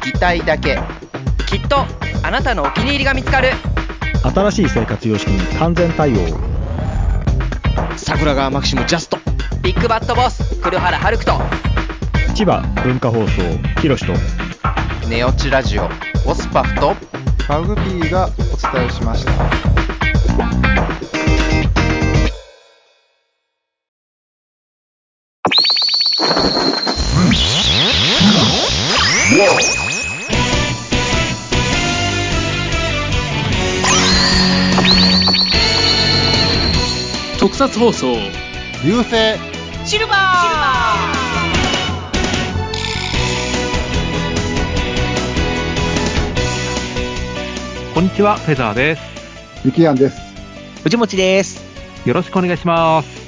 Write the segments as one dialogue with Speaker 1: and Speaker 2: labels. Speaker 1: 聞きたいだけきっとあなたのお気に入りが見つかる
Speaker 2: 新しい生活様式に完全対応
Speaker 3: 桜川マキシムジャスト
Speaker 1: ビッグバットボス黒原遥人
Speaker 2: 千葉文化放送ひろしと
Speaker 4: ネオチラジオ。オスパフと。
Speaker 5: マグピーがお伝えしました
Speaker 6: 特撮放送
Speaker 5: 流星
Speaker 1: シルバー
Speaker 7: こんにちは、フェザーです。
Speaker 8: ゆきやんです。
Speaker 1: 藤持です
Speaker 7: よろしくお願いします。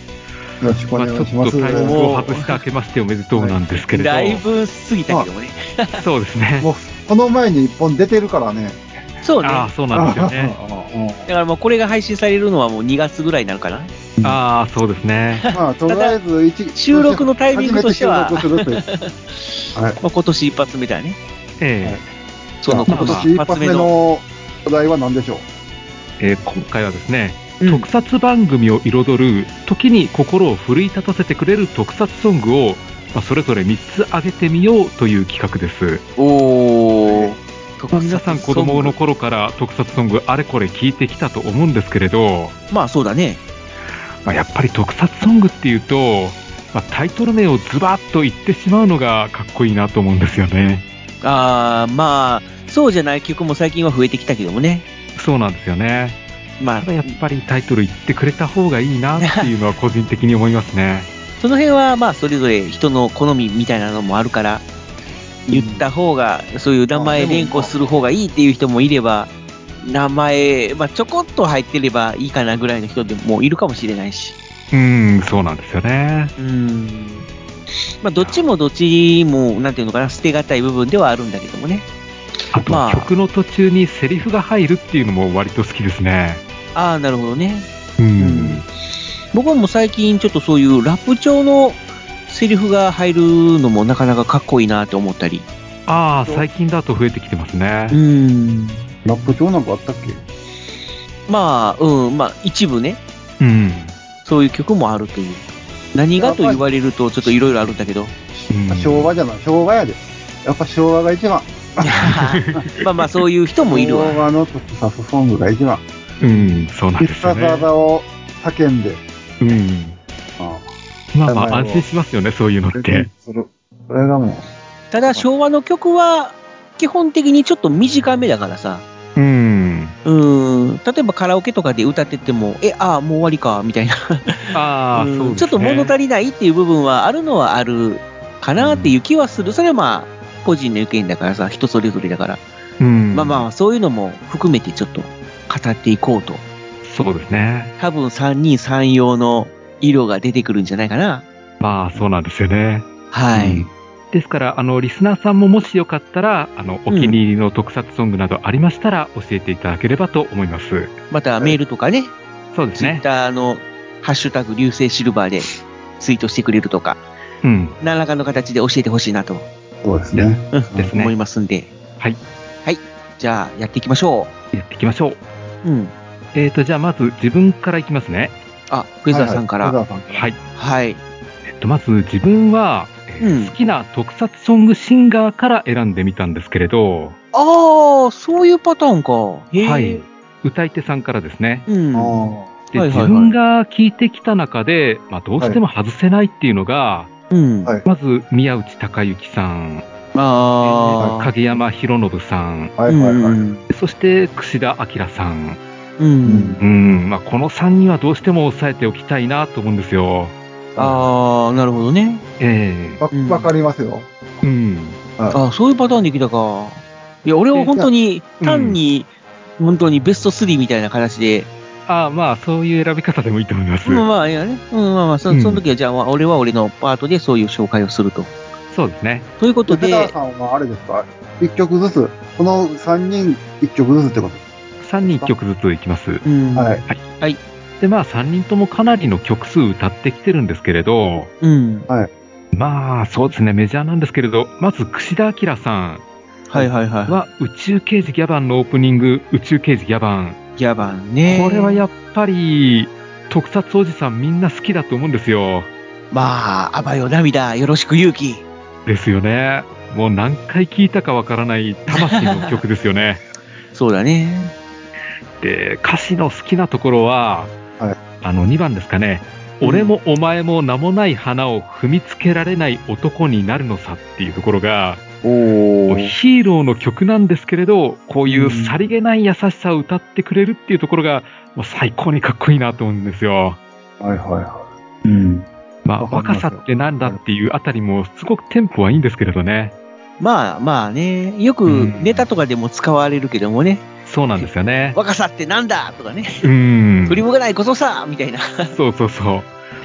Speaker 8: よろしくお願いし
Speaker 7: まあ
Speaker 8: ま
Speaker 7: ち
Speaker 8: す。
Speaker 7: ょっとタイミングを
Speaker 8: も
Speaker 7: 外して明けましておめでとうなんですけれど、
Speaker 6: だいぶ過ぎたけどもね、
Speaker 7: そうですね。
Speaker 8: う、この前に一本出てるからね。
Speaker 6: そうね
Speaker 7: ああ、
Speaker 6: だ
Speaker 7: そうなんですよね。
Speaker 6: からもうこれが配信されるのはもう2月ぐらいになるかな
Speaker 7: ああ、そうですね。
Speaker 8: まあ、とりあえず一、
Speaker 6: 収録のタイミングとしては
Speaker 8: 初めて収録するというはい。
Speaker 6: まあ、今年一発目だよね
Speaker 7: え
Speaker 6: その
Speaker 8: じゃあ今年一発目のお題は何でしょう
Speaker 7: ーえー今回はですね、特撮番組を彩る、時に心を奮い立たせてくれる特撮ソングを、まあ、それぞれ3つ挙げてみようという企画です。
Speaker 6: おお
Speaker 7: まあ、皆さん子供の頃から特撮ソングあれこれ聞いてきたと思うんですけれど、
Speaker 6: まあそうだね
Speaker 7: まあ、やっぱり特撮ソングっていうと、まあ、タイトル名をズバッと言ってしまうのがかっこいいなと思うんですよね。
Speaker 6: ああまあそうじゃない曲も最近は増えてきたけどもね
Speaker 7: そうなんですよね。
Speaker 6: ま
Speaker 7: た
Speaker 6: あ
Speaker 7: だやっぱりタイトル言ってくれた方がいいなっていうのは個人的に思いますね。
Speaker 6: その辺はまあそれぞれ人の好みみたいなのもあるから言った方がそういう名前連呼する方がいいっていう人もいれば名前、まあ、ちょこっと入ってればいいかなぐらいの人でもいるかもしれないし
Speaker 7: うん、そうなんですよね。
Speaker 6: うんまあどっちもどっちもなんていうのかな捨てがたい部分ではあるんだけどもね
Speaker 7: あと、
Speaker 6: まあ
Speaker 7: 曲の途中にセリフが入るっていうのも割と好きですね。
Speaker 6: ああなるほどね
Speaker 7: うん。
Speaker 6: うん僕はもう最近ちょっとそういうラップ調のセリフが入るのもなかなかかっこいいなと思ったり
Speaker 7: ああ、最近だと増えてきてますね。
Speaker 6: うん
Speaker 8: ラップ調なんかあったっけ
Speaker 6: まあうんまあ一部ね
Speaker 7: うん。
Speaker 6: そういう曲もあるという。何がと言われると、ちょっといろいろあるんだけど。
Speaker 7: うん
Speaker 8: 昭和じゃない、昭和やで。やっぱ昭和が一番。
Speaker 6: まあまあ、そういう人もいる
Speaker 8: 昭
Speaker 6: わ。
Speaker 8: 和の特撮ソングが一番。
Speaker 7: うん、そうなんで
Speaker 8: 必
Speaker 7: すよ
Speaker 8: 殺
Speaker 7: ね。
Speaker 8: 技を叫んで、
Speaker 7: うん。
Speaker 8: あ
Speaker 7: まあまあ安心しますよね、そういうのっ
Speaker 8: あ、
Speaker 7: て。
Speaker 8: する。それがもう、
Speaker 6: ただ、昭和の曲は、基本的にちょっと短めだからさ。
Speaker 7: うん。
Speaker 6: うーん。例えばカラオケとかで歌ってても、え、ああ、もう終わりか、みたいな。
Speaker 7: ああ、
Speaker 6: うん
Speaker 7: そうですね。
Speaker 6: ちょっと物足りないっていう部分はあるのはあるかなっていう気はする。それはまあ、個人の意見だからさ、人それぞれだから。
Speaker 7: うん、
Speaker 6: まあまあ、そういうのも含めてちょっと語っていこうと。
Speaker 7: そうですね。
Speaker 6: 多分3人3用の色が出てくるんじゃないかな。
Speaker 7: まあそうなんですよね。
Speaker 6: は
Speaker 7: う
Speaker 6: い。
Speaker 7: んですから、あの、リスナーさんももしよかったら、あの、お気に入りの特撮ソングなどありましたら、教えていただければと思います。
Speaker 6: またメールとかね、
Speaker 7: そうです
Speaker 6: ツイッ
Speaker 7: ね。
Speaker 6: ターのハッシュタグ流星シルバーでツイートしてくれるとか、
Speaker 7: うん。
Speaker 6: 何らかの形で教えてほしいなと、
Speaker 8: そうですね。
Speaker 6: うん
Speaker 7: ですね
Speaker 6: 思いますんで。
Speaker 7: はい。
Speaker 6: はい。じゃあ、やっていきましょ
Speaker 7: やっていきましょう。
Speaker 6: う。うん。
Speaker 7: えーと、じゃあまず自分からいきますね。
Speaker 6: あ、フェザーさんから。
Speaker 8: は
Speaker 6: はいい、
Speaker 8: はいフェザーさんから
Speaker 7: はい。
Speaker 6: はい
Speaker 7: えっと、まず自分は、えー
Speaker 6: うん
Speaker 7: 好きな特撮ソングシンガーから選んでみたんですけれど、
Speaker 6: ああ、そういうパターンか。へー
Speaker 7: はい。。歌い手さんからですね。
Speaker 6: うん。
Speaker 8: あ
Speaker 7: で、
Speaker 6: はいはいはい
Speaker 7: 自分が聞いてきた中で、まあ、どうしても外せないっていうのが、
Speaker 6: うん。
Speaker 8: はい
Speaker 7: まず宮内隆之さん、
Speaker 6: ああ。
Speaker 7: 影山博信さん、
Speaker 8: あ、はいはいはい。
Speaker 6: うん
Speaker 7: そして櫛田明さん、
Speaker 6: う。
Speaker 8: うんん
Speaker 7: うんまあ、この3人はどうしても抑えておきたいなと思うんですよ。
Speaker 6: ああ、なるほどね。
Speaker 7: ええ
Speaker 8: わ、わかりますよ。
Speaker 7: うん
Speaker 6: ああ、そういうパターンできたか。いや、俺は本当に、単に、本当にベスト3みたいな形で、
Speaker 7: ああ、まあ、そういう選び方でもいいと思います。
Speaker 6: まあまあ、いやね、うん、まあまあ、そ
Speaker 7: うん
Speaker 6: その時は、じゃあ、まあ俺は俺のパートでそういう紹介をすると。
Speaker 7: そうですね。
Speaker 6: ということ
Speaker 8: ペダー
Speaker 6: で、
Speaker 8: さんはあれですか一曲ずつ、この三人一曲ずつってことで
Speaker 7: 3人1曲ずついきます。
Speaker 6: うん、
Speaker 8: す。はい。
Speaker 7: で、まあ、3人ともかなりの曲数歌ってきてるんですけれど、
Speaker 6: うん、
Speaker 7: まあ、そうですね、メジャーなんですけれど、まず、櫛田明さん
Speaker 6: はいはいはい。
Speaker 7: は、宇宙刑事ギャバンのオープニング、宇宙刑事ギャバン。
Speaker 6: ギャバンね。
Speaker 7: これはやっぱり、特撮おじさんみんな好きだと思うんですよ。
Speaker 6: まあ、あばよ涙、よろしく勇気。
Speaker 7: ですよね。もう何回聞いたかわからない魂の曲ですよね。
Speaker 6: そうだね。
Speaker 7: で、歌詞の好きなところは、
Speaker 8: はい
Speaker 7: あの、2番ですかね。俺もお前も名もない花を踏みつけられない男になるのさっていうところが、
Speaker 6: おー。
Speaker 7: ヒーローの曲なんですけれど、こういうさりげない優しさを歌ってくれるっていうところが、もう最高にかっこいいなと思うんですよ。
Speaker 8: はいはいはい。うん。
Speaker 7: まあ、
Speaker 8: わか
Speaker 7: 若
Speaker 8: りますよ
Speaker 7: さってなんだっていうあたりも、すごくテンポはいいんですけれどね。
Speaker 6: まあまあね、よく
Speaker 7: うん
Speaker 6: ネタとかでも使われるけどもね、
Speaker 7: そうなんですよね。
Speaker 6: 若さってなんだとかね、
Speaker 7: うん。
Speaker 6: 振り向かないことさみた いな。
Speaker 7: そうそうそ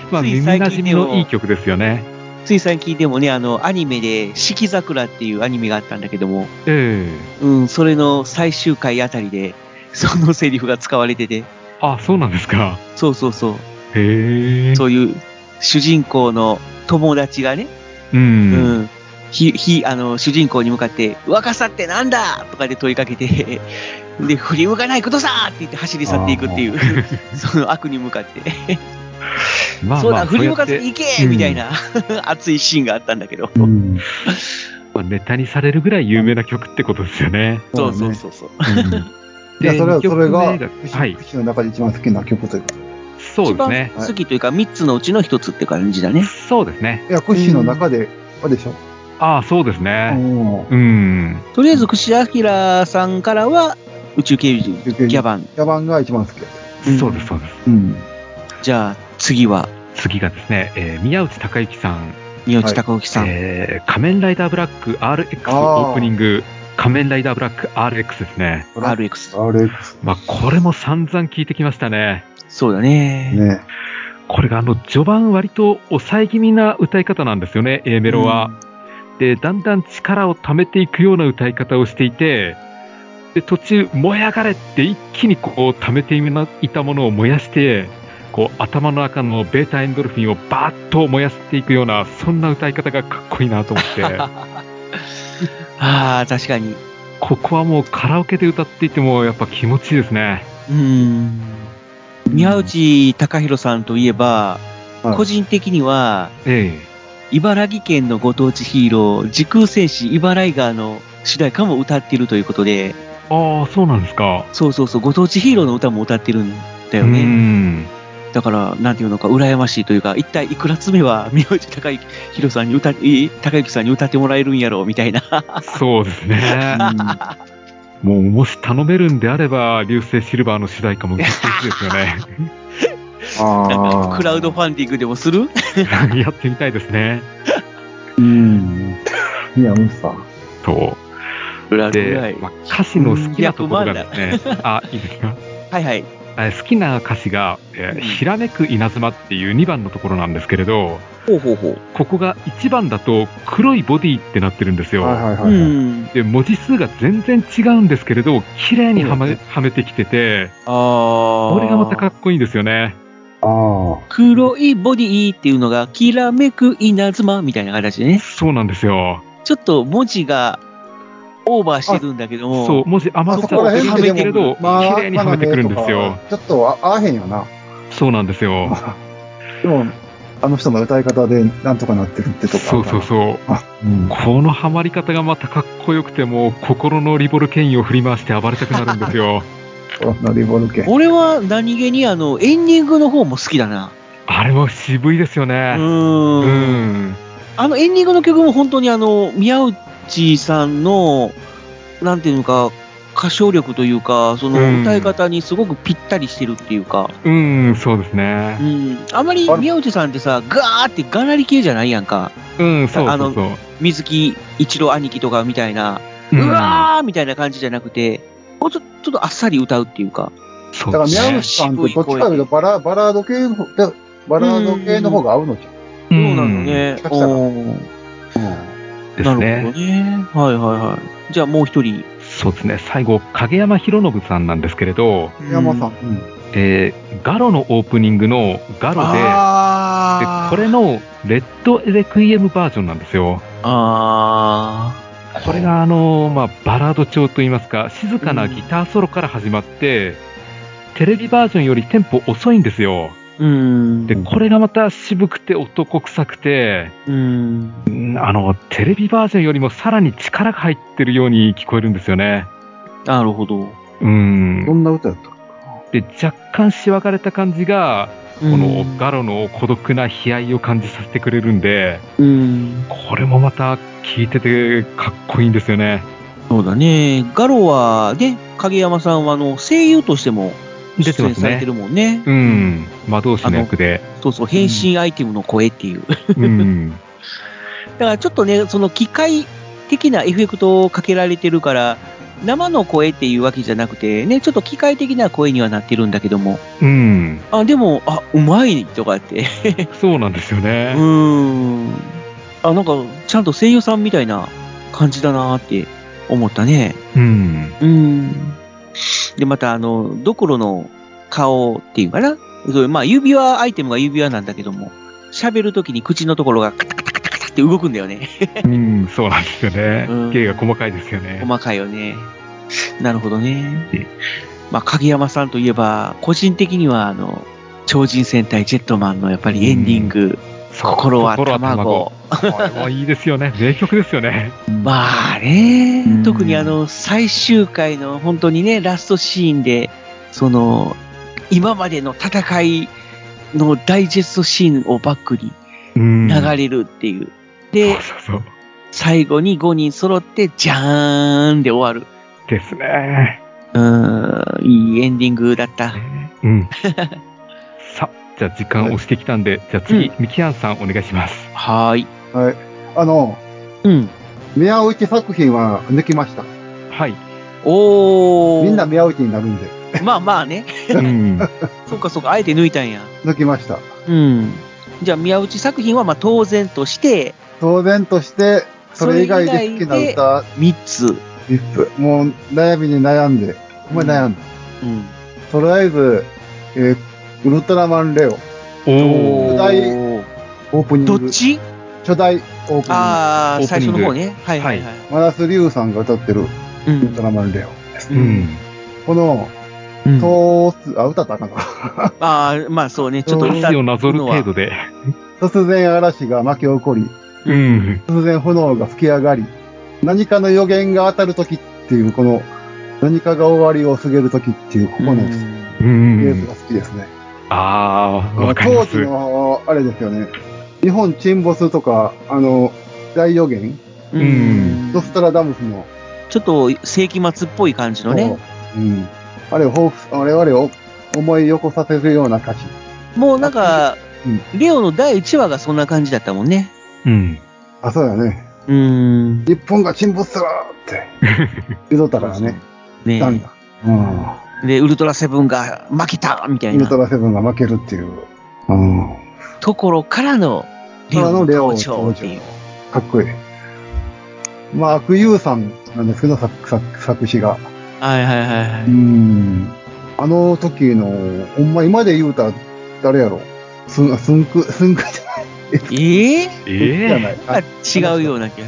Speaker 7: う。まあ、
Speaker 6: つい
Speaker 7: 耳
Speaker 6: 最近
Speaker 7: なじみのいい曲ですよね。
Speaker 6: つい最近でもね、あの、アニメで、四季桜っていうアニメがあったんだけども、
Speaker 7: え
Speaker 6: うん、それの最終回あたりで、そのセリフが使われてて、
Speaker 7: えあ、そうなんですか。
Speaker 6: そうそうそう、
Speaker 7: へえ。
Speaker 6: そういう主人公の友達がね、
Speaker 7: う。
Speaker 6: うんん、ひ、ひ、あの、主人公に向かって、若さってなんだとかで問いかけて、で、振り向かないことさって言って走り去っていくっていう、 その悪に向かって、
Speaker 7: まあ
Speaker 6: そう
Speaker 7: まあ、
Speaker 6: だ、振り向かず
Speaker 7: そうや
Speaker 6: に
Speaker 7: っ
Speaker 6: 行けみたいな、 熱いシーンがあったんだけど、
Speaker 8: うん。
Speaker 7: てまあネタにされるぐらい有名な曲ってことですよ ね。
Speaker 6: そうそう
Speaker 8: ね
Speaker 6: そうそう。
Speaker 8: いや、それは、それが、
Speaker 7: 二曲目がはい。
Speaker 8: 口の中で一番好きな曲というか。
Speaker 7: そうですね
Speaker 6: 一。番好きというか、3つのうちの1つって感じだね。
Speaker 7: そうですね。
Speaker 8: いや、口の中で、あれでしょ
Speaker 7: ああ、そうです
Speaker 8: う
Speaker 7: ね。
Speaker 8: ん。
Speaker 7: うん。
Speaker 6: とりあえず、串明さんからは、宇宙警備ギャバン。
Speaker 8: 野蛮が一番好きです。
Speaker 6: うん
Speaker 7: そうです、そうです。
Speaker 8: うん。
Speaker 6: じゃあ、次は、
Speaker 7: 次がですね、えー宮内孝之さん、
Speaker 6: 宮内孝之さん。
Speaker 7: えー仮面ライダーブラック RX
Speaker 8: あー
Speaker 7: オープニング、仮面ライダーブラック RX ですね。
Speaker 6: RX。
Speaker 8: RX
Speaker 7: まあ、これも散々聞いてきましたね。
Speaker 6: そうだね。
Speaker 8: ね。
Speaker 7: これがあの序盤割と抑え気味な歌い方なんですよね、A メロは。で、だんだん力を溜めていくような歌い方をしていて、で、途中、燃え上がれって一気にこう溜めていたものを燃やして、こう頭の中のベータエンドルフィンをバーッと燃やしていくような、そんな歌い方がかっこいいなと思 って、
Speaker 6: ああ、確かに。
Speaker 7: ここはもうカラオケで歌っていてもやっぱ気持ちいいですね。
Speaker 6: うん。宮内孝弘さんといえば、
Speaker 8: はい
Speaker 6: 個人的には、
Speaker 7: え
Speaker 6: 茨城県のご当地ヒーロー、時空戦士イバライガーの主題歌も歌っているということで、
Speaker 7: えああ、そうなんですか。
Speaker 6: そうそうそう、ご当地ヒーローの歌も歌ってるんだよ
Speaker 7: う
Speaker 6: ね。
Speaker 7: ん。
Speaker 6: だから、なんていうのか、羨ましいというか、一体いくらつ目は、宮内孝之弘さんに歌っ、い孝之さんに歌ってもらえるんやろう、みたいな。
Speaker 7: そうです ね。もう、もし頼めるんであれば、流星シルバーの主題歌も歌ってほしいですよね。
Speaker 8: ああ。
Speaker 6: クラウドファンディングでもする
Speaker 7: やってみたいですね。
Speaker 8: うん。宮内さん。
Speaker 7: と。
Speaker 6: ぐら
Speaker 7: で
Speaker 6: い、。
Speaker 7: まあ、歌詞の好きなところがですね、あ、いいですか
Speaker 6: はいはい。
Speaker 7: え好きな歌詞が、えーひらめく稲妻っていう2番のところなんですけれど、
Speaker 6: ほうほうほう。
Speaker 7: ここが1番だと黒いボディってなってるんですよ。
Speaker 8: はいはいうはいはい。
Speaker 6: ん。
Speaker 7: で、文字数が全然違うんですけれど、綺麗にはめはめてきてて、
Speaker 6: ああ。
Speaker 7: これがまたかっこいいんですよね。
Speaker 8: ああ。
Speaker 6: 黒いボディっていうのが、きらめく稲妻みたいな形でね。
Speaker 7: そうなんですよ。
Speaker 6: ちょっと文字がオーバーしてるんだけども。
Speaker 7: そう、文字
Speaker 8: ま
Speaker 7: 余
Speaker 8: あ
Speaker 7: っ
Speaker 8: そ
Speaker 7: ちゃ
Speaker 8: こら
Speaker 7: って
Speaker 8: 辺
Speaker 7: る
Speaker 8: っ
Speaker 7: ん
Speaker 8: てで
Speaker 7: だけれ
Speaker 8: も
Speaker 7: ど、、綺麗にはめてくるんですよ。
Speaker 8: ちょっとあ合わへんよな。
Speaker 7: そうなんですよ。
Speaker 8: でも、あの人の歌い方でなんとかなってるってとか。
Speaker 7: そうそうそう。
Speaker 8: う。うん。
Speaker 7: このハマり方がまたかっこよくて、もう心のリボルケインを振り回して暴れたくなるんですよ。
Speaker 8: 乗りボルケ。
Speaker 6: 俺は何気にあの、エンディングの方も好きだな。
Speaker 7: あれも渋いですよ
Speaker 6: う
Speaker 7: ね。う
Speaker 6: ーん。
Speaker 7: ん。
Speaker 6: あのエンディングの曲も本当にあの、宮内さんの、なんていうのか、歌唱力というか、そ
Speaker 7: うん
Speaker 6: の歌い方にすごくぴったりしてるっていうか、
Speaker 7: うん、そうです
Speaker 6: う
Speaker 7: ね。
Speaker 6: ん。あまり宮内さんってさ、ガーってがなり系じゃないやんか。
Speaker 7: うん、そうそ
Speaker 6: あの
Speaker 7: うそう。
Speaker 6: 水木一郎兄貴とかみたいな、
Speaker 7: う
Speaker 6: うんわーみたいな感じじゃなくて、もうちょちょっとあっさり歌うっていうか、
Speaker 7: そう
Speaker 8: だから、
Speaker 7: です
Speaker 8: 宮
Speaker 7: ね
Speaker 8: 内さんとどっちかというとバラ、バラード系の方、だバラード系の方が合うのじゃん。
Speaker 7: う
Speaker 6: そうなのね。
Speaker 8: うん
Speaker 6: おー
Speaker 7: で
Speaker 6: な
Speaker 7: す
Speaker 6: るほど
Speaker 7: ね。
Speaker 6: ね。はいはいはい。じゃあもう一人。
Speaker 7: そうですね。最後、影山博信さんなんですけれど、
Speaker 8: 宮山さん。うん。
Speaker 7: えーガロのオープニングのガロで、で
Speaker 3: あ
Speaker 7: これのレッドレクイエムバージョンなんですよ。
Speaker 6: あ
Speaker 7: これがあのーまあ、バラード調といいますか、静かなギターソロから始まって、テレビバージョンよりテンポ遅いんですよ。
Speaker 6: ー。うん。
Speaker 7: で、これがまた渋くて男臭くて、
Speaker 6: うん。
Speaker 7: んあの、テレビバージョンよりもさらに力が入ってるように聞こえるんですよね。
Speaker 6: なるほど。
Speaker 7: うん
Speaker 8: ど。んな歌やった
Speaker 7: で、若干しわがれた感じが、
Speaker 6: こ
Speaker 7: このガロの孤独な悲哀を感じさせてくれるんで、
Speaker 6: うん。
Speaker 7: これもまた聞いててかっこいいんですよね。
Speaker 6: そうだね。ガロは、ね、影山さんはあの声優としても
Speaker 7: 出て
Speaker 6: 出
Speaker 7: ま
Speaker 6: 演
Speaker 7: す
Speaker 6: されて
Speaker 7: ね。
Speaker 6: るもんね。
Speaker 7: うん。魔導士の役で。
Speaker 6: そうそう、変身アイテムの声っていう。だ
Speaker 7: うん。
Speaker 6: からちょっとね、その機械的なエフェクトをかけられてるから、生の声っていうわけじゃなくて、ね、ちょっと機械的な声にはなってるんだけども、
Speaker 7: うん。
Speaker 6: あ、でも、あ、うまいとかって。
Speaker 7: そうなんですよ
Speaker 6: う
Speaker 7: ね。
Speaker 6: ーん。あ、なんか、ちゃんと声優さんみたいな感じだなって思ったね。
Speaker 7: うん。
Speaker 6: うん。で、また、あの、ドクロの顔っていうかな。そうまあ、指輪、アイテムが指輪なんだけども、喋るときに口のところがカタカタカタカタって動くんだよね。
Speaker 7: うん、そうなんですよね
Speaker 6: うん。
Speaker 7: 芸が細かいですよね。
Speaker 6: 細かいよね。なるほどね。まあ、影山さんといえば、個人的には、あの、超人戦隊ジェットマンのやっぱりエンディング、
Speaker 7: そう
Speaker 6: 心は卵。。
Speaker 7: これもいいですよね。名曲ですよね。
Speaker 6: まあね、
Speaker 8: うん
Speaker 6: 特にあの最終回の本当にね、ラストシーンで、その、今までの戦いのダイジェストシーンをバックに
Speaker 7: うん。
Speaker 6: 流れるっていう。
Speaker 7: そ
Speaker 6: で
Speaker 7: う、そうそう。
Speaker 6: 最後に5人揃って、じゃーんで終わる。
Speaker 7: ですね。
Speaker 6: うーん、いいエンディングだった。
Speaker 7: うん。さ、じゃあ時間押してきたんで、じゃあ次、ミキアンさんお願いします。
Speaker 6: はーい。
Speaker 8: はい。あの、
Speaker 6: うん。
Speaker 8: 宮内作品は抜きました。
Speaker 7: はい。
Speaker 6: おー。
Speaker 8: みんな。宮内になるんで、
Speaker 6: まあまあね。
Speaker 7: うん。
Speaker 6: そっかそっか、あえて抜いたんや。
Speaker 8: 抜きました。
Speaker 6: うん。じゃあ、宮内作品はまあ当然として、
Speaker 8: 当然として、それ以外で好きな
Speaker 6: それ以外で
Speaker 8: 歌、
Speaker 6: 3つ。
Speaker 8: リップ。もう悩みに悩んで、お前悩んで。
Speaker 6: うん。
Speaker 8: とりあえず、えーウルトラマンレオ、
Speaker 7: おー。
Speaker 8: ーオープニン
Speaker 6: ど
Speaker 8: グ。
Speaker 6: っち
Speaker 8: 初代オープニング。
Speaker 6: ああ、
Speaker 7: オープ
Speaker 6: 最
Speaker 7: ニン
Speaker 6: 初
Speaker 7: グ
Speaker 6: の方ね。はいはいはい。
Speaker 8: マラス・リュウさんが歌ってる
Speaker 6: う
Speaker 8: ウルト
Speaker 6: ん。
Speaker 8: ラマンレオ。
Speaker 7: う
Speaker 6: うん
Speaker 7: ん。
Speaker 8: この、
Speaker 6: うん
Speaker 8: とーあ、歌ったらあかんか。
Speaker 6: ああ、まあそうね。ちょっと歌
Speaker 7: 意思
Speaker 6: う
Speaker 7: をなぞる
Speaker 6: のは
Speaker 7: 程度で。
Speaker 8: 突然嵐が巻き起こり、
Speaker 7: うん。
Speaker 8: 突然炎が吹き上がり、何かの予言が当たる時っていう、この、何かが終わりを告げる時っていう、ここのフ
Speaker 7: う
Speaker 8: レーズ
Speaker 7: ん。
Speaker 8: が好きですね。
Speaker 7: あー、わかり
Speaker 8: 当
Speaker 7: ま
Speaker 8: 時
Speaker 7: す。
Speaker 8: の、あれですよね。日本沈没とか、あの、大予言、
Speaker 6: う
Speaker 7: うんん。
Speaker 8: ドストラダムスの、
Speaker 6: ちょっと世紀末っぽい感じのね。
Speaker 8: そううん。あれを彷彿、我々を思い起こさせるような歌詞。
Speaker 6: もうなんか
Speaker 8: う、
Speaker 6: レオの第1話がそんな感じだったもんね。
Speaker 7: うん。
Speaker 8: あ、そうだね。
Speaker 6: うん。
Speaker 8: 日本が沈没するって、言うとったからね。
Speaker 6: ね
Speaker 8: ダメだ。うん。
Speaker 6: で、ウルトラセブンが負けたみたい
Speaker 8: ウル
Speaker 6: な
Speaker 8: トラセブンが負けるっていう。うん。
Speaker 6: ところからのレオの登場っていう。
Speaker 8: かっこいい。まあ、悪友さんなんですけど、作作作詞が。
Speaker 6: はいはいはいは
Speaker 8: う
Speaker 6: い。
Speaker 8: ん。あの時の、ほんま今で言うたら誰やろすん、すんく、すんくじゃない。
Speaker 6: ええ
Speaker 7: え
Speaker 8: じゃな
Speaker 7: え
Speaker 8: い。あ
Speaker 6: あ違うような気が。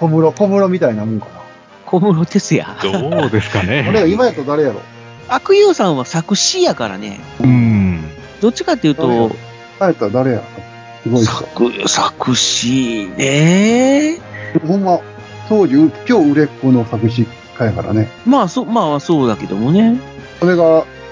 Speaker 8: 小室、小室みたいなもんかな。
Speaker 6: 小室哲也。
Speaker 7: どうです か
Speaker 8: あれ
Speaker 7: ね。
Speaker 8: が今やと誰やろ
Speaker 6: 悪友さんは作詞やからね。
Speaker 7: うん。
Speaker 6: どっちかっていう
Speaker 8: そう
Speaker 6: と
Speaker 8: よ、あれやったら誰やろすごい人。
Speaker 6: 作、作詞ね。
Speaker 8: ほんま、当時、今日売れっ子の作詞家やからね。
Speaker 6: まあ、そう、まあ、そうだけどもね。
Speaker 8: それが、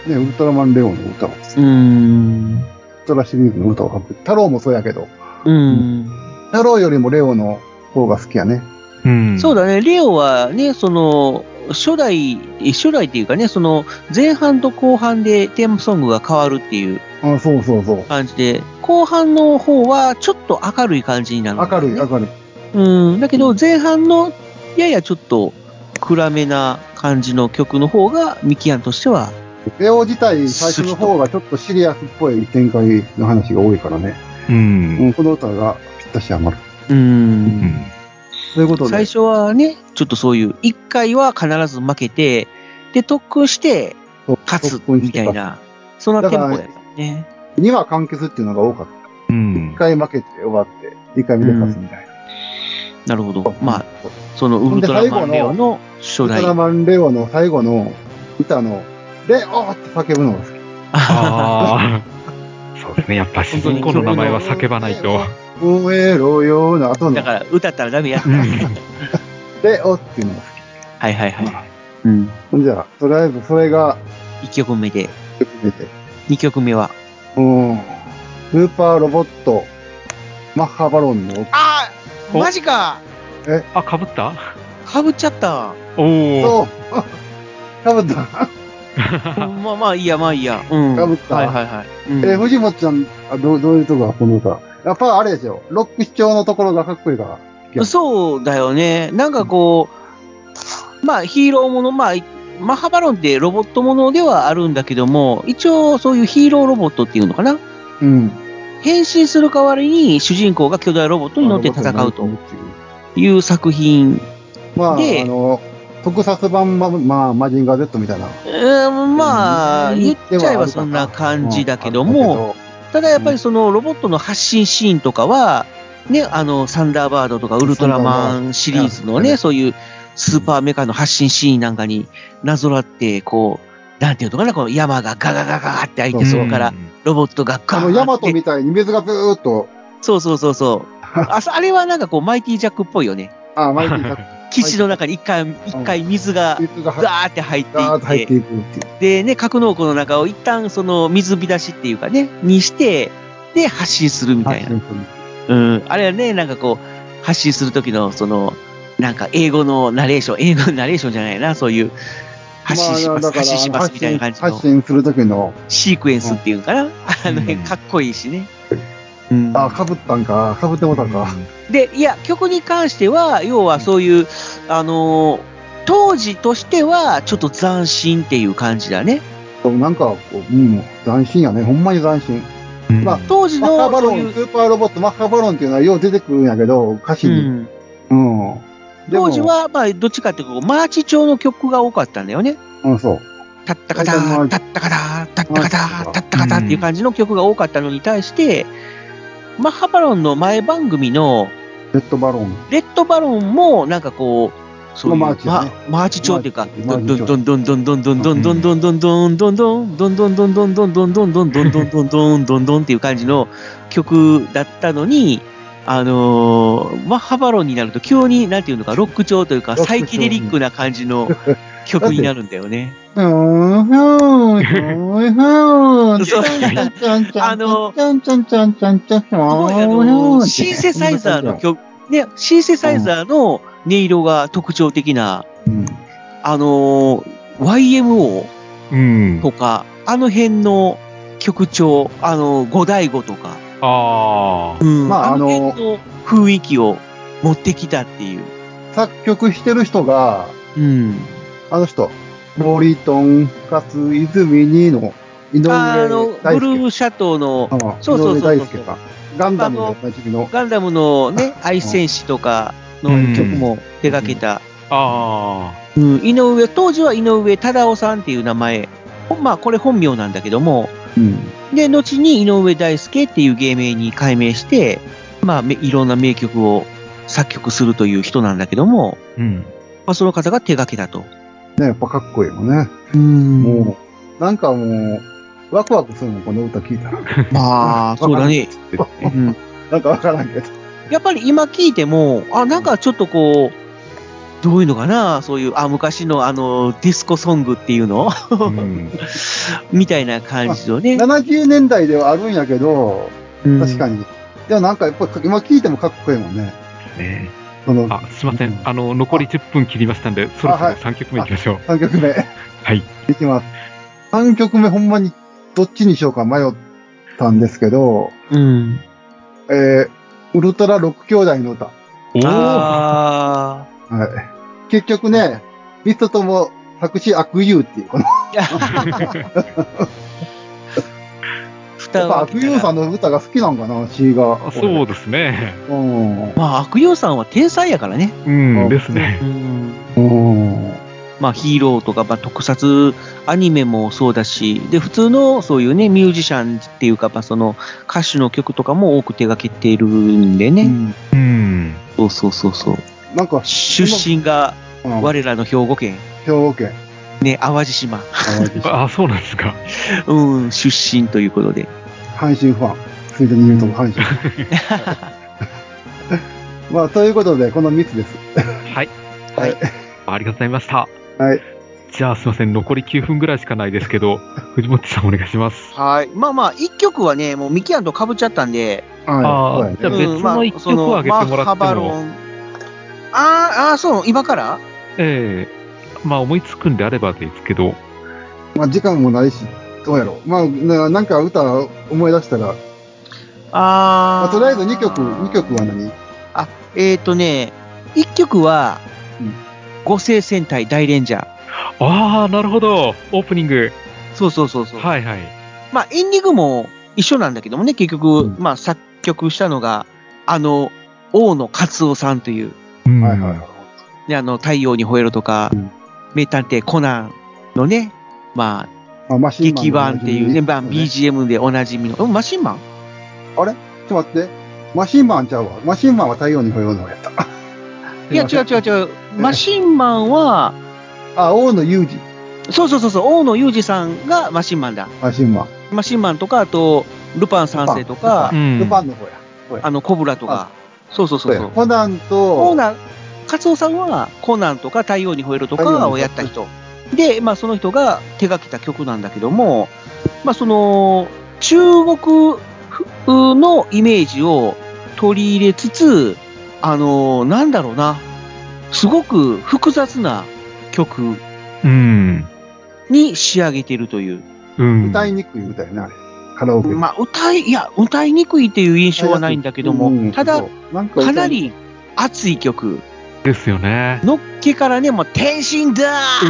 Speaker 8: ね、ウルトラマンレオンの歌を、ウル
Speaker 6: うーん。
Speaker 8: トラシリーズの歌を書く。太郎もそうやけど、
Speaker 6: うー
Speaker 8: 太郎よりもレオの方が好きやね。
Speaker 7: うん。
Speaker 6: ん。そうだね。レオはね、その、初代、え初代っていうかね、その、前半と後半でテーマソングが変わるっていう
Speaker 8: あそうそうそう。
Speaker 6: 感じで、後半の方はちょっと明るい感じになるんだ
Speaker 8: 明
Speaker 6: よね、
Speaker 8: るい、明るい。
Speaker 6: うん。だけど、前半の、ややちょっと、暗めな感じの曲の方が、ミキアンとしては、
Speaker 8: レオ自体、最初の方がちょっとシリアスっぽい展開の話が多いからね。
Speaker 7: う。
Speaker 8: うんん、この歌がぴったし余る。
Speaker 6: う。
Speaker 7: うんん。
Speaker 8: ということで、
Speaker 6: 最初はね、ちょっとそういう、一回は必ず負けて、で、特訓して
Speaker 8: そう
Speaker 6: 勝つ
Speaker 8: 特訓
Speaker 6: み
Speaker 8: して
Speaker 6: たいな、そんなテンポだよね。
Speaker 8: には完結っていうのが多かった。
Speaker 7: うん
Speaker 8: 一。回負けて終わって、二回目で勝つみたいな。
Speaker 6: なるほど。まあ、
Speaker 8: そう、
Speaker 6: そのウルトラマンレオの初
Speaker 8: ウル
Speaker 6: 代
Speaker 8: ト。ラマンレオの最後の歌の、レオって叫ぶのが好き。
Speaker 7: ああ。そうですね。やっぱ主人公の名前は叫ばないと。
Speaker 8: 燃えろよの後
Speaker 6: だ
Speaker 8: の
Speaker 6: か、ら、歌ったらダメや。
Speaker 7: うん。
Speaker 8: レオっていうのが好
Speaker 6: はいはいはい。うん。
Speaker 8: き。ほんじゃあ、とりあえずそれが
Speaker 6: 1曲目で。
Speaker 8: 出て、
Speaker 6: 2曲目は。
Speaker 8: うん。スーパーロボット、マッハバロンの、
Speaker 6: あ
Speaker 7: おマ
Speaker 6: ジか
Speaker 7: あ、かぶった
Speaker 6: かぶっちゃった。
Speaker 7: おお。
Speaker 8: そう、かぶった。
Speaker 6: まあまあいいや、まあいいや。うん。
Speaker 8: 被った
Speaker 6: はいはいはい。うん
Speaker 8: えー、藤本ちゃん、あどうどういうとこがこの歌やっぱあれでしょ、ロック視聴のところがかっこいいから。
Speaker 6: そうだよね。なんかこう、まあヒーローもの、まあ、マハバロンってロボットものではあるんだけども、一応そういうヒーローロボットっていうのかな。
Speaker 8: うん。
Speaker 6: 変身する代わりに主人公が巨大ロボットに乗って戦うという作品。
Speaker 8: まあ、あ
Speaker 6: で
Speaker 8: の、特撮版、ま、まあ、マジンガー Z みたいな。
Speaker 6: うーん、まあ、言っちゃえばそんな感じだけども、ただやっぱりそのロボットの発信シーンとかは、ね、あの、サンダーバードとかウルトラマンシリーズのね、そういうスーパーメカの発信シーンなんかになぞらって、こう、なんていうのかな、この山がガガガガって開いて、そこからロボットが
Speaker 8: あ
Speaker 6: ガ
Speaker 8: の、ヤ
Speaker 6: ー
Speaker 8: マ
Speaker 6: っ
Speaker 8: ト
Speaker 6: て。
Speaker 8: みたいに水がずーっと、
Speaker 6: そうそうそうそう。あそあれはなんかこう、マイティジャックっぽいよね。
Speaker 8: あ、マイテ ィー
Speaker 6: 基地の中に一回、一回水が
Speaker 8: 水が
Speaker 6: ザーって入って
Speaker 8: ザーッと
Speaker 6: い
Speaker 8: 入って
Speaker 6: っ
Speaker 8: て、いくっていう。
Speaker 6: でね、格納庫の中を一旦その水浸しっていうかね、にして、で、発信するみたいな。うん、あれはね、なんかこう、発信するときの、その、なんか英語のナレーション、英語のナレーションじゃないな、そういう、発信します、
Speaker 8: だから
Speaker 6: 発信しますみたいな感じ
Speaker 8: 発信
Speaker 6: の
Speaker 8: 発、信するときの、
Speaker 6: シークエンスっていうかな、あの辺
Speaker 7: うん
Speaker 6: かっこいいしね。うん、
Speaker 8: あ、かぶったんか、かぶってもうたんか。
Speaker 6: で、いや、曲に関しては、要はそういう、あのー当時としては、ちょっと斬新っていう感じだね。
Speaker 8: そうなんかこう、うん、斬新やね。ほんまに斬新。
Speaker 7: うん
Speaker 8: まあ
Speaker 6: 当時
Speaker 8: マッハ
Speaker 6: の
Speaker 8: バ
Speaker 6: そう
Speaker 8: ロ
Speaker 6: い
Speaker 8: ン、
Speaker 6: う、
Speaker 8: スーパーロボット、マッハバロンっていうのはよう出てくるんやけど、歌詞
Speaker 6: う
Speaker 8: に。う
Speaker 6: ん、
Speaker 8: ん。でも
Speaker 6: 当時、は、まあ、どっちかっていうとこう、マーチ調の曲が多かったんだよね。
Speaker 8: うん、そう。
Speaker 6: タッタカター、タッタカター、タッタカター、タッタカターっていう感じの曲が多かったのに対して、マッハバロンの前番組の
Speaker 8: レッドバロン。
Speaker 6: レッドバロンもなんかこう、そういう
Speaker 8: まあマーチだね
Speaker 6: まマーチ調っていうか、
Speaker 8: マ
Speaker 6: どん
Speaker 8: ー
Speaker 6: ど
Speaker 8: チ
Speaker 6: んどんどんどんどんどんどんどんどんどんどんどんどんどんどんどんどんどんどんどんどんどんどんどんどんどんどんどんっていう感じの曲だったのに、あのーマッハバロンになると急に、なんていうのか、ロック調というか、
Speaker 8: ロック調
Speaker 6: サイケデリックな感じの曲になるんだよね。
Speaker 8: うーん、ふーん、ふーん、ふーん。
Speaker 6: そう
Speaker 8: ちゃんちゃ
Speaker 6: あ
Speaker 8: ん
Speaker 6: の
Speaker 8: ちゃんちゃんちゃんちゃんちゃんちゃんちゃんちゃんちゃんちゃんちゃんちゃ
Speaker 6: すごいあのシンセサイザーの曲、ね、シンセサイザーの音色が特徴的な、
Speaker 8: うん
Speaker 6: あのー YMO
Speaker 7: うん。
Speaker 6: とか、あの辺の曲調、あのー、五大五とか、
Speaker 7: ああ。
Speaker 6: うん
Speaker 8: まあ
Speaker 6: あの辺の雰囲気を持ってきたっていう。
Speaker 8: 作曲してる人が、
Speaker 6: うん。
Speaker 8: あの人、ボリトン、カス、泉にの、井上
Speaker 6: あの、ブ
Speaker 8: 大
Speaker 6: ル
Speaker 8: 輔。
Speaker 6: ーシャトーの
Speaker 8: あ
Speaker 6: そうそうそうそう
Speaker 8: 井上大輔か。ガンダム
Speaker 6: あ
Speaker 8: の
Speaker 6: の
Speaker 8: おなじみの。
Speaker 6: ガンダムのね、愛戦士とかの曲も手掛けた、
Speaker 7: あ
Speaker 6: うん、井上、当時は井上忠夫さんっていう名前。ほんまあ、これ本名なんだけども、
Speaker 8: うん。
Speaker 6: で、後に井上大輔っていう芸名に改名して、まあ、めいろんな名曲を作曲するという人なんだけども、
Speaker 7: あ。うん。
Speaker 6: まあ、その方が手掛けたと。
Speaker 8: ね、やっぱかっこいいもんね。
Speaker 6: うん。
Speaker 8: もう、なんかもう、ワクワクするの、この歌聞いたら。
Speaker 6: まあ、 そうだね。うん、
Speaker 8: なんかわからんけど。
Speaker 6: やっぱり今聞いても、あ、なんかちょっとこう、どういうのかなそういう、あ、昔のあの、ディスコソングっていうの
Speaker 7: うん
Speaker 6: みたいな感じのね。
Speaker 8: 70年代ではあるんやけど、確か
Speaker 6: に。
Speaker 8: に。でもなんかやっぱ今聞いてもかっこいいもんね。
Speaker 7: ね
Speaker 8: その
Speaker 7: あ、すいません。あの、残り10分切りましたんで、そろそろ3曲目いきましょう。
Speaker 8: 3曲目。
Speaker 7: はい。
Speaker 8: いきます。3曲目ほんまにどっちにしようか迷ったんですけど、
Speaker 6: うん。
Speaker 8: えー、ウルトラ6兄弟の歌。
Speaker 7: おお。
Speaker 6: ああ。
Speaker 8: はい。結局ね、ミストとも作詞悪友っていう、この、や
Speaker 6: 蓋
Speaker 8: っ
Speaker 6: を
Speaker 8: ぱ
Speaker 6: 開
Speaker 8: 悪
Speaker 6: けたら
Speaker 8: 友さんの歌が好きなんかな、詩が。
Speaker 7: あそうですね。
Speaker 8: うん。
Speaker 6: まあ、悪用さんは天才やからね。
Speaker 7: うん、
Speaker 8: あ
Speaker 7: ですね。
Speaker 8: うん。
Speaker 6: まあ、ヒーローとか、まあ、特撮アニメもそうだし、で、普通のそういうね、ミュージシャンっていうか、まあ、その歌手の曲とかも多く手がけてるんで
Speaker 8: う
Speaker 6: ね。
Speaker 8: ん
Speaker 7: うん。
Speaker 6: そうそうそうそう。
Speaker 8: なんか、
Speaker 6: 出身が
Speaker 8: うん
Speaker 6: 我らの兵庫県、
Speaker 8: 兵庫県。
Speaker 6: ね、淡路島、
Speaker 7: あ、そうなんですか。
Speaker 6: うん、出身ということで。
Speaker 8: 阪神ファン。ついでに言うとも阪神。まあ、ということで、この3つです。
Speaker 7: はい。
Speaker 8: はい。
Speaker 7: ありがとうございました。
Speaker 8: はい。
Speaker 7: じゃあ、すいません。残り9分ぐらいしかないですけど、 藤本さんお願いします。
Speaker 6: はい。まあまあ、一曲はね、もうミキアンと被っちゃったんで、
Speaker 7: あー
Speaker 8: はい。
Speaker 7: じゃあ別の一曲をあげてもらっても
Speaker 6: まあハバロンあーあー、そう、今から
Speaker 7: ええまあ、思いつくんであればですけど、
Speaker 8: まあ、時間もないし、どうやろう。まあ、ななんか歌思い出したら、ま
Speaker 6: あ
Speaker 8: あ、とりあえず2曲、2曲は何
Speaker 6: あ、えっ、ー、とね、1曲は
Speaker 8: うん、
Speaker 6: 五星戦隊大レンジャー。
Speaker 7: ああ、なるほど。オープニング。
Speaker 6: そうそうそうそう。
Speaker 7: はいはい。
Speaker 6: まあ、エンディングも一緒なんだけどもね、結局、
Speaker 8: うん
Speaker 6: まあ、作曲したのが、あの、大野勝夫さんという、
Speaker 7: うん
Speaker 8: はいはい。
Speaker 6: ね、あの、太陽に吠えろとか、
Speaker 8: うん
Speaker 6: 名探偵コナンのね、まあ、
Speaker 8: まあ、マシンマン。
Speaker 6: 劇版っていうね、まあ、
Speaker 8: ち
Speaker 6: BGM でおなじみの、うんマシンマン
Speaker 8: ょっと待って。マシンマンちゃうわ。マシンマンは太陽に吠えようのやった。
Speaker 6: いや、違う違う違う。マシンマンは、
Speaker 8: あ、大野裕二。
Speaker 6: そうそうそうそう、大野裕二さんがマシンマンだ。
Speaker 8: マシンマン。
Speaker 6: マシンマンとか、あと、ルパン三世とか
Speaker 7: う、ん
Speaker 8: ルパンの方や。
Speaker 6: あの、コブラとか。そうそうそうそう。
Speaker 8: コナン
Speaker 6: コ
Speaker 8: と、
Speaker 6: ナン、カツオさんはコナンとか太陽に吠えると
Speaker 8: 太陽
Speaker 6: か
Speaker 8: に
Speaker 6: を
Speaker 8: 吠え
Speaker 6: や
Speaker 8: る
Speaker 6: った人。で、まあその人が手がけた曲なんだけども、まあその、中国風のイメージを取り入れつつ、あの、なんだろうな、すごく複雑な曲
Speaker 7: うん。
Speaker 6: に仕上げてるという。
Speaker 7: うん。
Speaker 8: 歌いにくい歌やな、あれ。カラオケ。
Speaker 6: まあ歌い、いや、歌いにくいっていう印象はないんだけど
Speaker 8: うん
Speaker 6: も、ただ
Speaker 8: そ、うなんか歌い
Speaker 6: かな、り熱い曲。
Speaker 7: ですよね。
Speaker 6: のっけからね、もう天真だ
Speaker 7: うん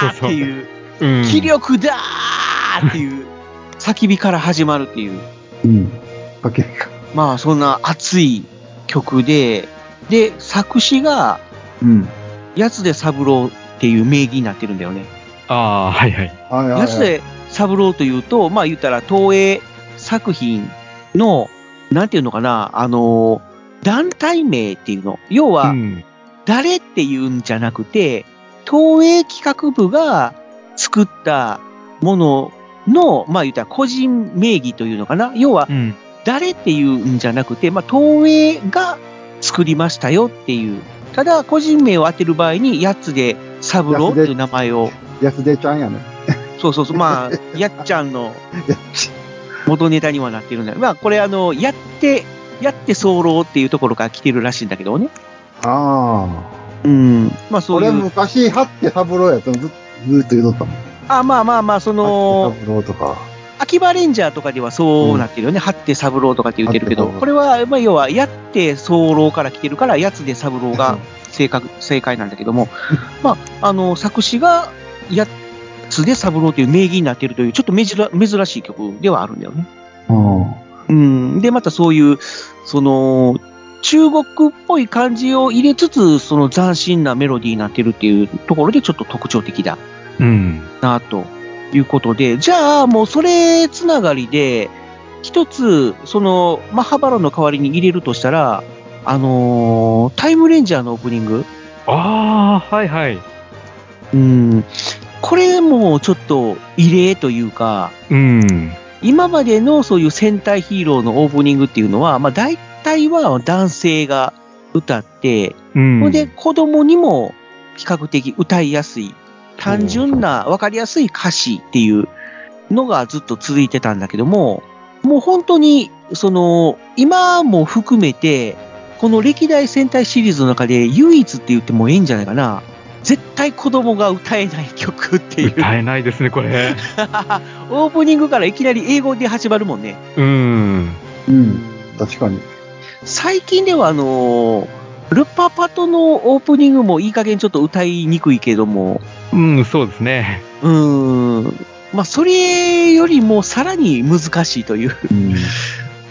Speaker 7: そう
Speaker 6: ー
Speaker 7: そうそ
Speaker 6: っ
Speaker 7: う
Speaker 6: ていう、
Speaker 7: うん。
Speaker 6: 気力だーっていう、叫びから始まるっていう、
Speaker 8: うん。かけか。
Speaker 6: まあそんな熱い曲で、で、作詞が、
Speaker 8: うん。
Speaker 6: やつで三郎っていう名義になってるんだよね。
Speaker 7: ああ、はいはい。
Speaker 8: はいはいはい
Speaker 6: やつで三郎というと、まあ言ったら東映作品の、なんていうのかな、あのー団体名っていうの。要は、
Speaker 7: うん。
Speaker 6: 誰っていうんじゃなくて、東映企画部が作ったものの、まあ言ったら個人名義というのかな。要は
Speaker 7: う、ん。
Speaker 6: 誰っていうんじゃなくて、まあ東映が作りましたよっていう。ただ、個人名を当てる場合に、やつでサブローっていう名前を、
Speaker 8: やつでちゃんやね。
Speaker 6: そうそうそう、 まあ、やっちゃんの元ネタにはなってるんだまあ、これあの、やって、やって候っていうところから来てるらしいんだけどね。
Speaker 8: ああ。
Speaker 6: うん。まあそう
Speaker 8: 俺
Speaker 6: いう。
Speaker 8: 昔、ハッテ三郎やったのずっずっと言うとったもん。
Speaker 6: あ、まあまあまあ、その
Speaker 8: ハッ、テ三郎とか。
Speaker 6: 秋葉レンジャーとかではそうなってるよね。はって三郎とかって言ってるけど、
Speaker 8: 八手三郎
Speaker 6: これは、まあ、要は、やって三郎から来てるから、やつで三郎が正確、正解なんだけども、 まあ、あの、作詞が、やつで三郎という名義になってるという、ちょっと珍珍しい曲ではあるんだよね。
Speaker 8: うん。
Speaker 6: うん。で、またそういう、その、中国っぽい感じを入れつつ、その斬新なメロディーになってるっていうところで、ちょっと特徴的だ
Speaker 7: うん。
Speaker 6: なということで、じゃあもうそれつながりで、一つ、その、マハバロの代わりに入れるとしたら、あのータイムレンジャーのオープニング。
Speaker 7: ああ、はいはい。
Speaker 6: うん。これもちょっと異例というか、
Speaker 7: うん。
Speaker 6: 今までのそういう戦隊ヒーローのオープニングっていうのは、まあ大体は男性が歌って、
Speaker 7: うん。
Speaker 6: ほんで、子供にも比較的歌いやすい、単純な分かりやすい歌詞っていうのがずっと続いてたんだけども、もう本当に、その、今も含めて、この歴代戦隊シリーズの中で唯一って言ってもいいんじゃないかな。絶対子供が歌えない曲っていう。
Speaker 7: 歌えないですね、これ。
Speaker 6: オープニングからいきなり英語で始まるもんね。
Speaker 7: うん。
Speaker 8: うん。確かに。
Speaker 6: 最近ではあのールパパとのオープニングもいい加減ちょっと歌いにくいけども、
Speaker 7: うん、そうですね。
Speaker 6: うーん、まあ、それよりもさらに難しいという、
Speaker 8: うん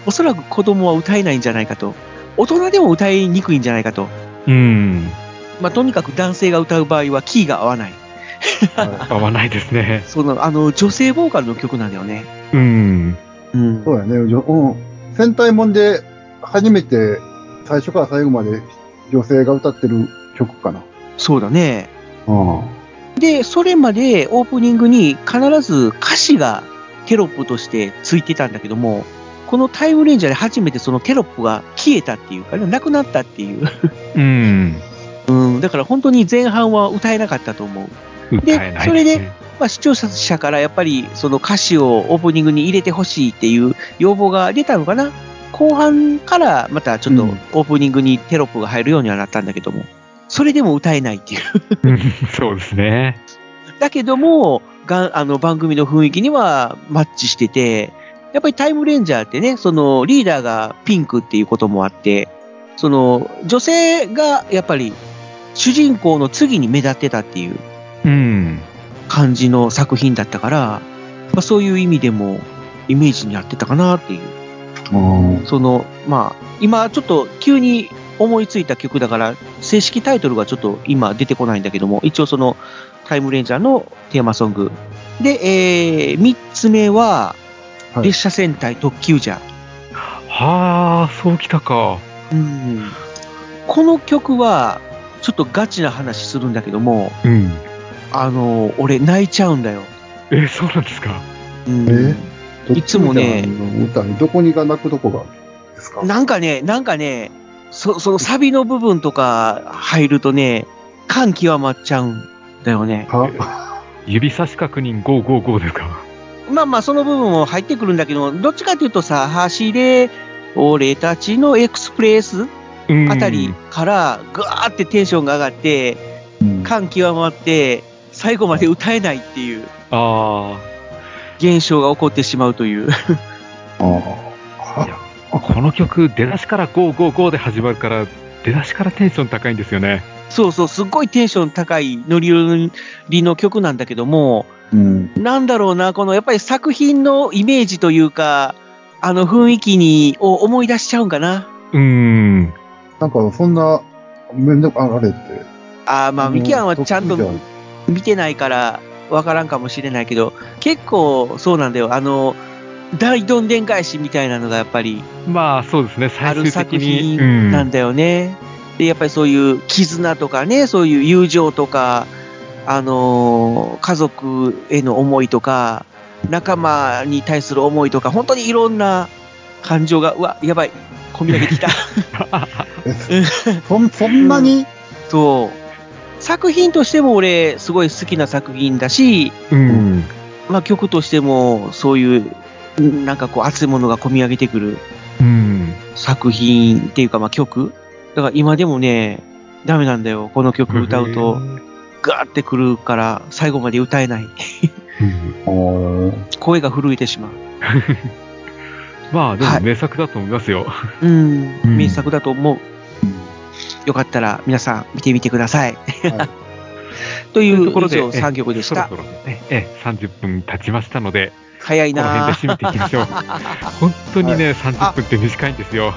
Speaker 6: おそらく子供は歌えないんじゃないかと、大人でも歌いにくいんじゃないかと、
Speaker 7: うん。
Speaker 6: まあ、とにかく男性が歌う場合はキーが合わない。
Speaker 7: 合わないですね。
Speaker 6: その、あの、女性ボーカルの曲なんだよね。
Speaker 7: うん。
Speaker 6: うん。
Speaker 8: そうやね。うん。戦隊もんで、初めて、最初から最後まで女性が歌ってる曲かな。
Speaker 6: そうだね。
Speaker 8: うん。
Speaker 6: で、それまでオープニングに必ず歌詞がテロップとしてついてたんだけども、このタイムレンジャーで初めてそのテロップが消えたっていうか、なくなったっていう。
Speaker 7: うん。
Speaker 6: うん。だから本当に前半は歌えなかったと思う。
Speaker 7: 歌えない
Speaker 6: それ
Speaker 7: です
Speaker 6: で
Speaker 7: ね。
Speaker 6: まあ、視聴者からやっぱりその歌詞をオープニングに入れてほしいっていう要望が出たのかな。後半からまたちょっと
Speaker 8: うん
Speaker 6: オープニングにテロップが入るようにはなったんだけども、それでも歌えないっていう。
Speaker 7: うんそうですね。
Speaker 6: だけども、があの番組の雰囲気にはマッチしてて、やっぱりタイムレンジャーってね、そのリーダーがピンクっていうこともあって、その女性がやっぱり主人公の次に目立ってたっていう
Speaker 7: うん。
Speaker 6: 感じの作品だったから、まあ、そういう意味でもイメージに合ってたかなっていう。
Speaker 8: うん
Speaker 6: その、まあ、今ちょっと急に思いついた曲だから、正式タイトルがちょっと今出てこないんだけども、一応そのタイムレンジャーのテーマソング。で、えー、3つ目は、
Speaker 8: はい
Speaker 6: 列車戦隊特急じゃ。
Speaker 7: はあ、そうきたか。
Speaker 6: うん。この曲は、ちょっとガチな話するんだけども、
Speaker 7: うん。
Speaker 6: あの、俺泣いちゃうんだよ。
Speaker 7: え、そうなんですか。
Speaker 6: うん
Speaker 8: え
Speaker 6: いつもね
Speaker 8: どっちみたいなの歌にどこにが泣くとこがあるんですか
Speaker 6: なんかね、なんかね、そそのサビの部分とか入るとね、感極まっちゃうんだよね。
Speaker 8: は
Speaker 7: 指差し確認555ですか。
Speaker 6: まあまあ、その部分も入ってくるんだけど、どっちかというとさ、走れ、俺たちのエクスプレス
Speaker 7: うん
Speaker 6: あたりから、ぐわーってテンションが上がって、
Speaker 8: うん
Speaker 6: 感極まって、最後まで歌えないっていう
Speaker 7: あ
Speaker 6: 現象が起こってしまうという。
Speaker 8: あ
Speaker 7: あ、この曲、出だしから555で始まるから、出だしからテンション高いんですよね。
Speaker 6: そうそう、すっごいテンション高いノリノリの曲なんだけども、
Speaker 8: うん。
Speaker 6: なんだろうな、このやっぱり作品のイメージというか、あの雰囲気にを思い出しちゃうんかな。
Speaker 7: うん。
Speaker 8: なんか、そんな、めんどく、ああれって。
Speaker 6: あーまあ、ミキアンはちゃんと
Speaker 8: どっちみ
Speaker 6: 見てないからわからんかもしれないけど、結構そうなんだよ。あの、大どんでん返しみたいなのがやっぱり
Speaker 7: まあ、そうですね。
Speaker 6: あ
Speaker 7: 最
Speaker 6: る
Speaker 7: 終
Speaker 6: 作
Speaker 7: 的に。
Speaker 6: 品なんだよね。で、やっぱりそういう絆とかね、そういう友情とか、あのー家族への思いとか、仲間に対する思いとか、本当にいろんな感情が、うわ、やばい、込み上げてきた。
Speaker 8: たいなそんそんなに、
Speaker 6: そう。作品としても俺、すごい好きな作品だし、
Speaker 7: うん。
Speaker 6: まあ曲としても、そういう、なんかこう熱いものが込み上げてくる
Speaker 7: うん。
Speaker 6: 作品っていうか、まあ、曲だから今でもね、ダメなんだよ。この曲歌うと、ガーってくるから、最後まで歌えな
Speaker 7: う
Speaker 6: い。
Speaker 7: ん。
Speaker 8: おー
Speaker 6: 声が震えてしまう。
Speaker 7: まあ、で
Speaker 6: は
Speaker 7: も
Speaker 6: い
Speaker 7: 名作だと思いますよ。
Speaker 6: うん、
Speaker 7: うん
Speaker 6: 名作だと思う。よかったら皆さん見てみてくださ い。
Speaker 8: い
Speaker 7: と
Speaker 6: とい
Speaker 7: いう
Speaker 6: う
Speaker 7: ところ
Speaker 6: 以
Speaker 7: で
Speaker 6: 上3曲でし
Speaker 7: そ
Speaker 6: た。
Speaker 7: ろそろね、ええ、30分経ちましたので、
Speaker 6: 早い
Speaker 7: この
Speaker 6: な
Speaker 7: 辺
Speaker 6: ぁ
Speaker 7: で締めていきましょう。本当にね、30分って短いんですよ。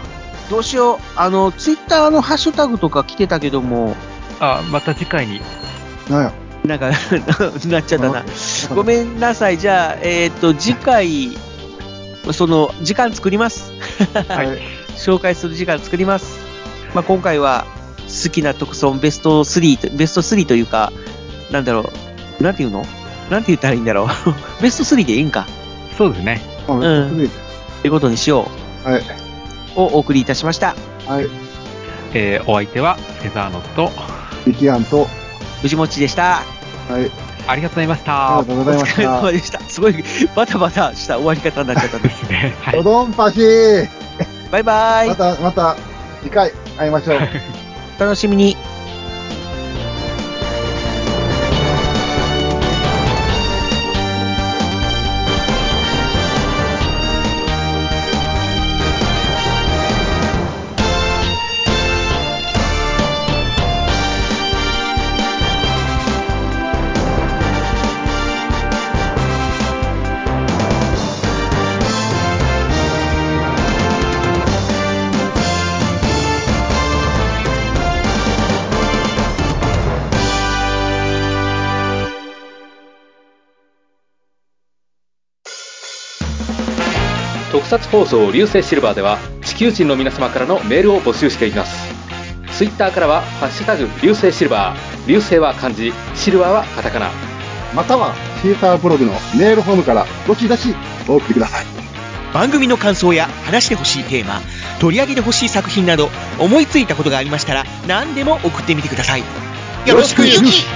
Speaker 6: どうしよう。あの、ツイッターのハッシュタグとか来てたけ ども、
Speaker 7: あ、また次回に。
Speaker 8: なんや。
Speaker 6: なんか、なっちゃったな。ご
Speaker 8: ん。
Speaker 6: めんなさい。じゃあ、えっ、と、次回、その、時間作 ります。
Speaker 7: はい。
Speaker 6: 紹介する時間作ります。まあ、今回は、好きな特損ベスト3と、ベスト3というか、なんだろう、なんていうのなんて言ったらいいんだろう。 ベスト3でいいんか。
Speaker 7: そうですね。
Speaker 8: うん
Speaker 6: うん
Speaker 8: 続いて
Speaker 6: ということにしよ
Speaker 8: はい。
Speaker 6: う。をお送りいたしました。
Speaker 8: はい。
Speaker 7: えーお相手は、フェザーノット、
Speaker 8: ミキアンと、
Speaker 6: 藤持ちでした。
Speaker 8: はい。
Speaker 7: ありがとうございまし
Speaker 8: あ
Speaker 7: た
Speaker 8: りが。とうございまし
Speaker 6: お疲れ様
Speaker 8: た。
Speaker 6: でした。すごい、バタバタした終わり方になっちゃった
Speaker 7: で
Speaker 6: ね。
Speaker 7: すね。は
Speaker 8: お
Speaker 7: い。
Speaker 8: どんぱし
Speaker 6: バイバイ
Speaker 8: ま。た、また、次回会いましょ う。
Speaker 6: お楽しみに。
Speaker 7: 特撮放送流星シルバーでは地球人の皆様からのメールを募集していますツイッターからは「ハッシュタグ流星シルバー」流星は漢字シルバーはカタカナ
Speaker 8: またはシーサーブログのメールフォームからどしどしお送りください
Speaker 6: 番組の感想や話してほしいテーマ取り上げてほしい作品など思いついたことがありましたら何でも送ってみてくださいよろしくゆき